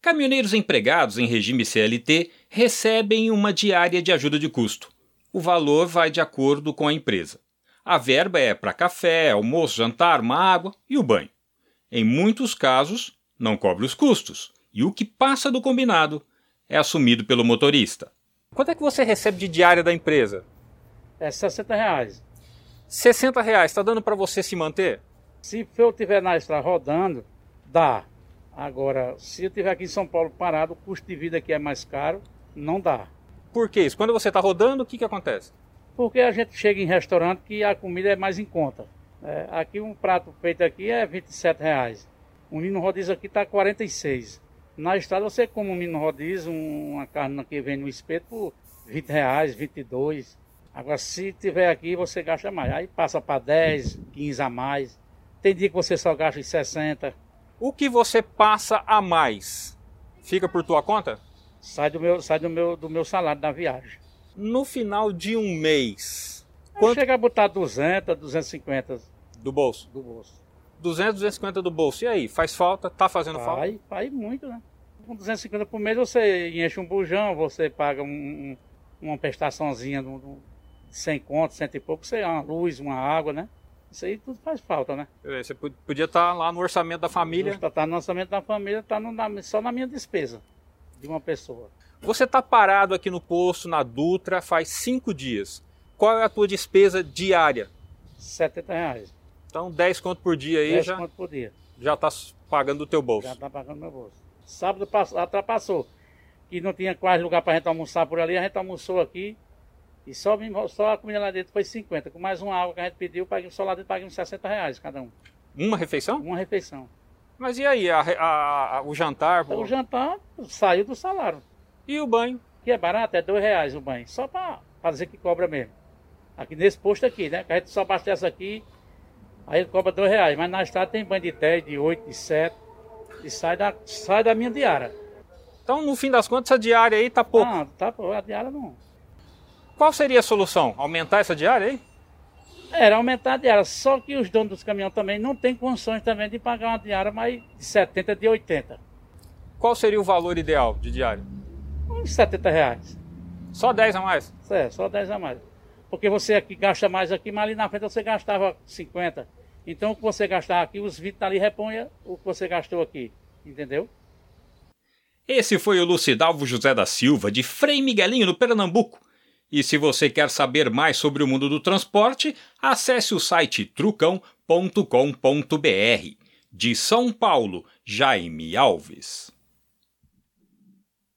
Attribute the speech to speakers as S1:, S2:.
S1: Caminhoneiros empregados em regime CLT recebem uma diária de ajuda de custo. O valor vai de acordo com a empresa. A verba é para café, almoço, jantar, uma água e o banho. Em muitos casos, não cobre os custos, e o que passa do combinado é assumido pelo motorista. Quanto é que você recebe de diária da empresa?
S2: É 60 reais.
S1: 60 reais, está dando para você se manter?
S2: Se eu tiver na estrada rodando, dá. Agora, se eu tiver aqui em São Paulo parado, o custo de vida aqui é mais caro, não dá.
S1: Por que isso? Quando você está rodando, o que, que acontece?
S2: Porque a gente chega em restaurante que a comida é mais em conta. É, aqui um prato feito aqui é 27 reais. Um menino rodízio aqui está 46. Na estrada você come um menino rodízio, uma carne que vem no espeto por 20 reais, 22. Agora se tiver aqui você gasta mais. Aí passa para 10, 15 a mais. Tem dia que você só gasta em 60.
S1: O que você passa a mais fica por tua conta?
S2: Sai do meu, sai do meu, do meu salário da viagem.
S1: No final de um mês,
S2: Quanto... Chega a botar 200, 250
S1: do bolso.
S2: do bolso.
S1: 200, 250 do bolso. E aí, faz falta? Tá fazendo falta?
S2: Vai, vai muito, né? Com 250 por mês você enche um bujão, você paga um- um- uma prestaçãozinha de um- de 100 conto, cento e pouco, você é uma luz, uma água, né? Isso aí tudo faz falta, né?
S1: É, Você pod- podia estar lá no orçamento da família.
S2: Tá, tá no orçamento da família, tá no- na- só na minha despesa de uma pessoa.
S1: Você tá parado aqui no posto, na Dutra, faz cinco dias. Qual é a tua despesa diária?
S2: 70 reais.
S1: Então, 10 conto por dia aí
S2: 10
S1: já,
S2: conto por dia.
S1: já tá pagando do teu bolso.
S2: Já tá pagando meu bolso. Sábado passou, atrapassou. Que não tinha quase lugar pra gente almoçar por ali, a gente almoçou aqui. E só, me- só a comida lá dentro foi 50. Com mais uma água que a gente pediu, paguei, só lá dentro paguei uns 60 reais cada um.
S1: Uma refeição?
S2: Uma refeição.
S1: Mas e aí, a re- a- a- o jantar?
S2: Então
S1: pô?
S2: o jantar saiu do salário.
S1: E o banho?
S2: Que é barato, é dois reais o banho. Só pra pra dizer que cobra mesmo. Aqui nesse posto aqui, né? Que a gente só abastece aqui, aí ele cobra dois reais. Mas na estrada tem banho de 10, de 8, de 7. E sai da, sai da minha diária.
S1: Então, no fim das contas, essa diária aí tá pouco.
S2: Ah, tá, pô, a diária não.
S1: Qual seria a solução? Aumentar essa diária aí?
S2: Era aumentar a diária, só que os donos dos caminhões também não têm condições também de pagar uma diária mais de 70, de 80.
S1: Qual seria o valor ideal de diária?
S2: Uns 70 reais.
S1: Só 10 a mais?
S2: Isso É, só 10 a mais. Porque você aqui gasta mais aqui, mas ali na frente você gastava 50. Então o que você gastar aqui, os 20 ali reponha o que você gastou aqui. Entendeu?
S1: Esse foi o Lucidalvo José da Silva, de Frei Miguelinho, no Pernambuco. E se você quer saber mais sobre o mundo do transporte, acesse o site trucão.com.br. De São Paulo, Jaime Alves.